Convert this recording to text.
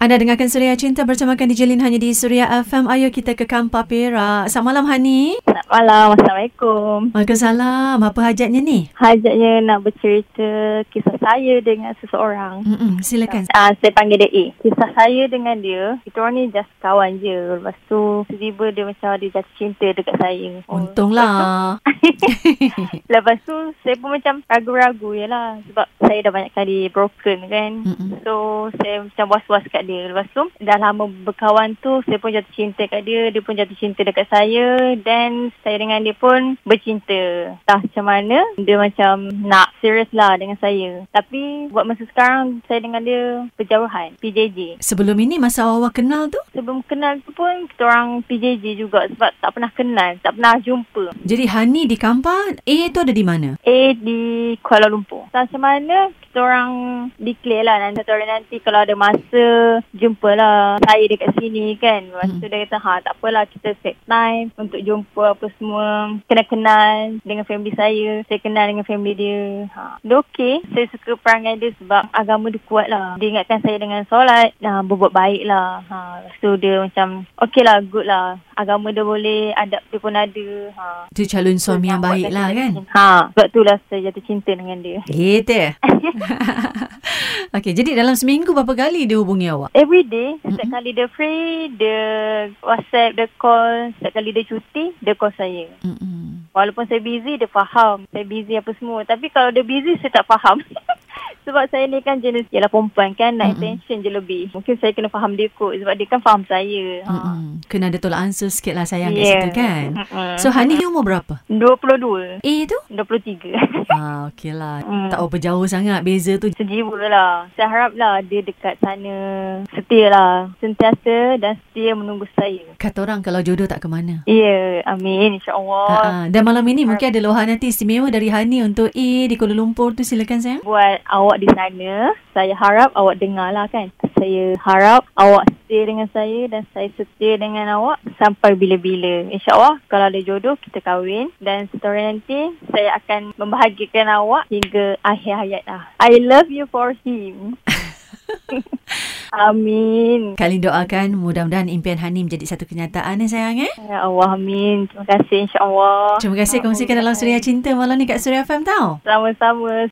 Anda dengarkan Suria Cinta bersama Kandi Jelin hanya di Suria FM. Ayo kita ke Kampar Perak. Selamat malam Hani. Selamat malam. Assalamuaikum. Waalaikumsalam. Apa hajatnya ni? Hajatnya nak bercerita kisah saya dengan seseorang. Mm-mm, silakan. Ah, saya panggil dia A. Kisah saya dengan dia, kita orang ni just kawan je. Lepas tu, tiba-tiba dia macam ada jatuh cinta dekat saya. Untunglah. Lepas tu, saya pun macam ragu-ragu je lah. Sebab saya dah banyak kali broken kan. Mm-mm. So, saya macam was-was kat dia. Lepas tu, dah lama berkawan tu, saya pun jatuh cinta kat dia. Dia pun jatuh cinta dekat saya. Then, saya dengan dia pun bercinta. Tak macam mana, dia macam nak serius lah dengan saya. Tapi, buat masa sekarang, saya dengan dia berjauhan. PJJ. Sebelum ini masa awak kenal tu, Sebelum kenal tu pun, kita orang PJJ juga. Sebab tak pernah kenal, tak pernah jumpa. jadi Hani di Kampar, A tu ada di mana? A Eh, di Kuala Lumpur. Tak macam mana kita orang declare lah nanti satu hari nanti kalau ada masa jumpalah saya dekat sini kan. Lepas tu dia kata ha tak apalah kita set time untuk jumpa apa semua. Kena kenal dengan family saya. Saya kenal dengan family dia. Ha. Dia okey. Saya suka perangai dia sebab agama dia kuat lah. Dia ingatkan saya dengan solat. Ha, berbuat baik lah. Ha. Lepas tu dia macam okey lah good lah. Agama dia boleh. Adab dia pun ada. Ha. Tu calon suami yang baik lah kan? Ha, sebab tu lah saya jatuh cinta dengan dia. Gitu. Okey, jadi dalam seminggu berapa kali dia hubungi awak? Every day, setiap kali dia free, dia WhatsApp, dia call. Setiap kali dia cuti, dia call saya. Mm-mm. Walaupun saya busy, dia faham. Saya busy apa semua. Tapi kalau dia busy, saya tak faham. sebab saya ni kan jenis, ialah perempuan kan, nak attention je lebih. Mungkin saya kena faham dia kot. Sebab dia kan faham saya. Ha. Mm-mm. Kena ada tolak answer sikit lah sayang yeah. kat situ kan? Mm-mm. So Hani umur berapa? 22, A tu? 23. Ah, okey lah. Mm. Tak berapa jauh sangat beza tu. sejiwa lah. Saya harap lah dia dekat sana setia lah. Sentiasa dan setia menunggu saya. Kata orang kalau jodoh tak ke mana. Ya, yeah, amin insyaAllah. Ha, dan malam ini mungkin ada lohan nanti istimewa dari Hani untuk A di Kuala Lumpur tu silakan sayang. Buat awak di sana, saya harap awak dengar lah kan. Saya harap awak setia dengan saya dan saya setia dengan awak sampai bila-bila. InsyaAllah kalau ada jodoh kita kahwin dan story nanti saya akan membahagikan awak hingga akhir hayat lah. I love you for him. amin. Kali doakan mudah-mudahan impian Hani menjadi satu kenyataan eh sayang eh. Ya Allah, amin. Terima kasih insyaAllah. Terima kasih kongsikan dalam Suria Cinta malam ni kat Suria FM tau. Sama-sama.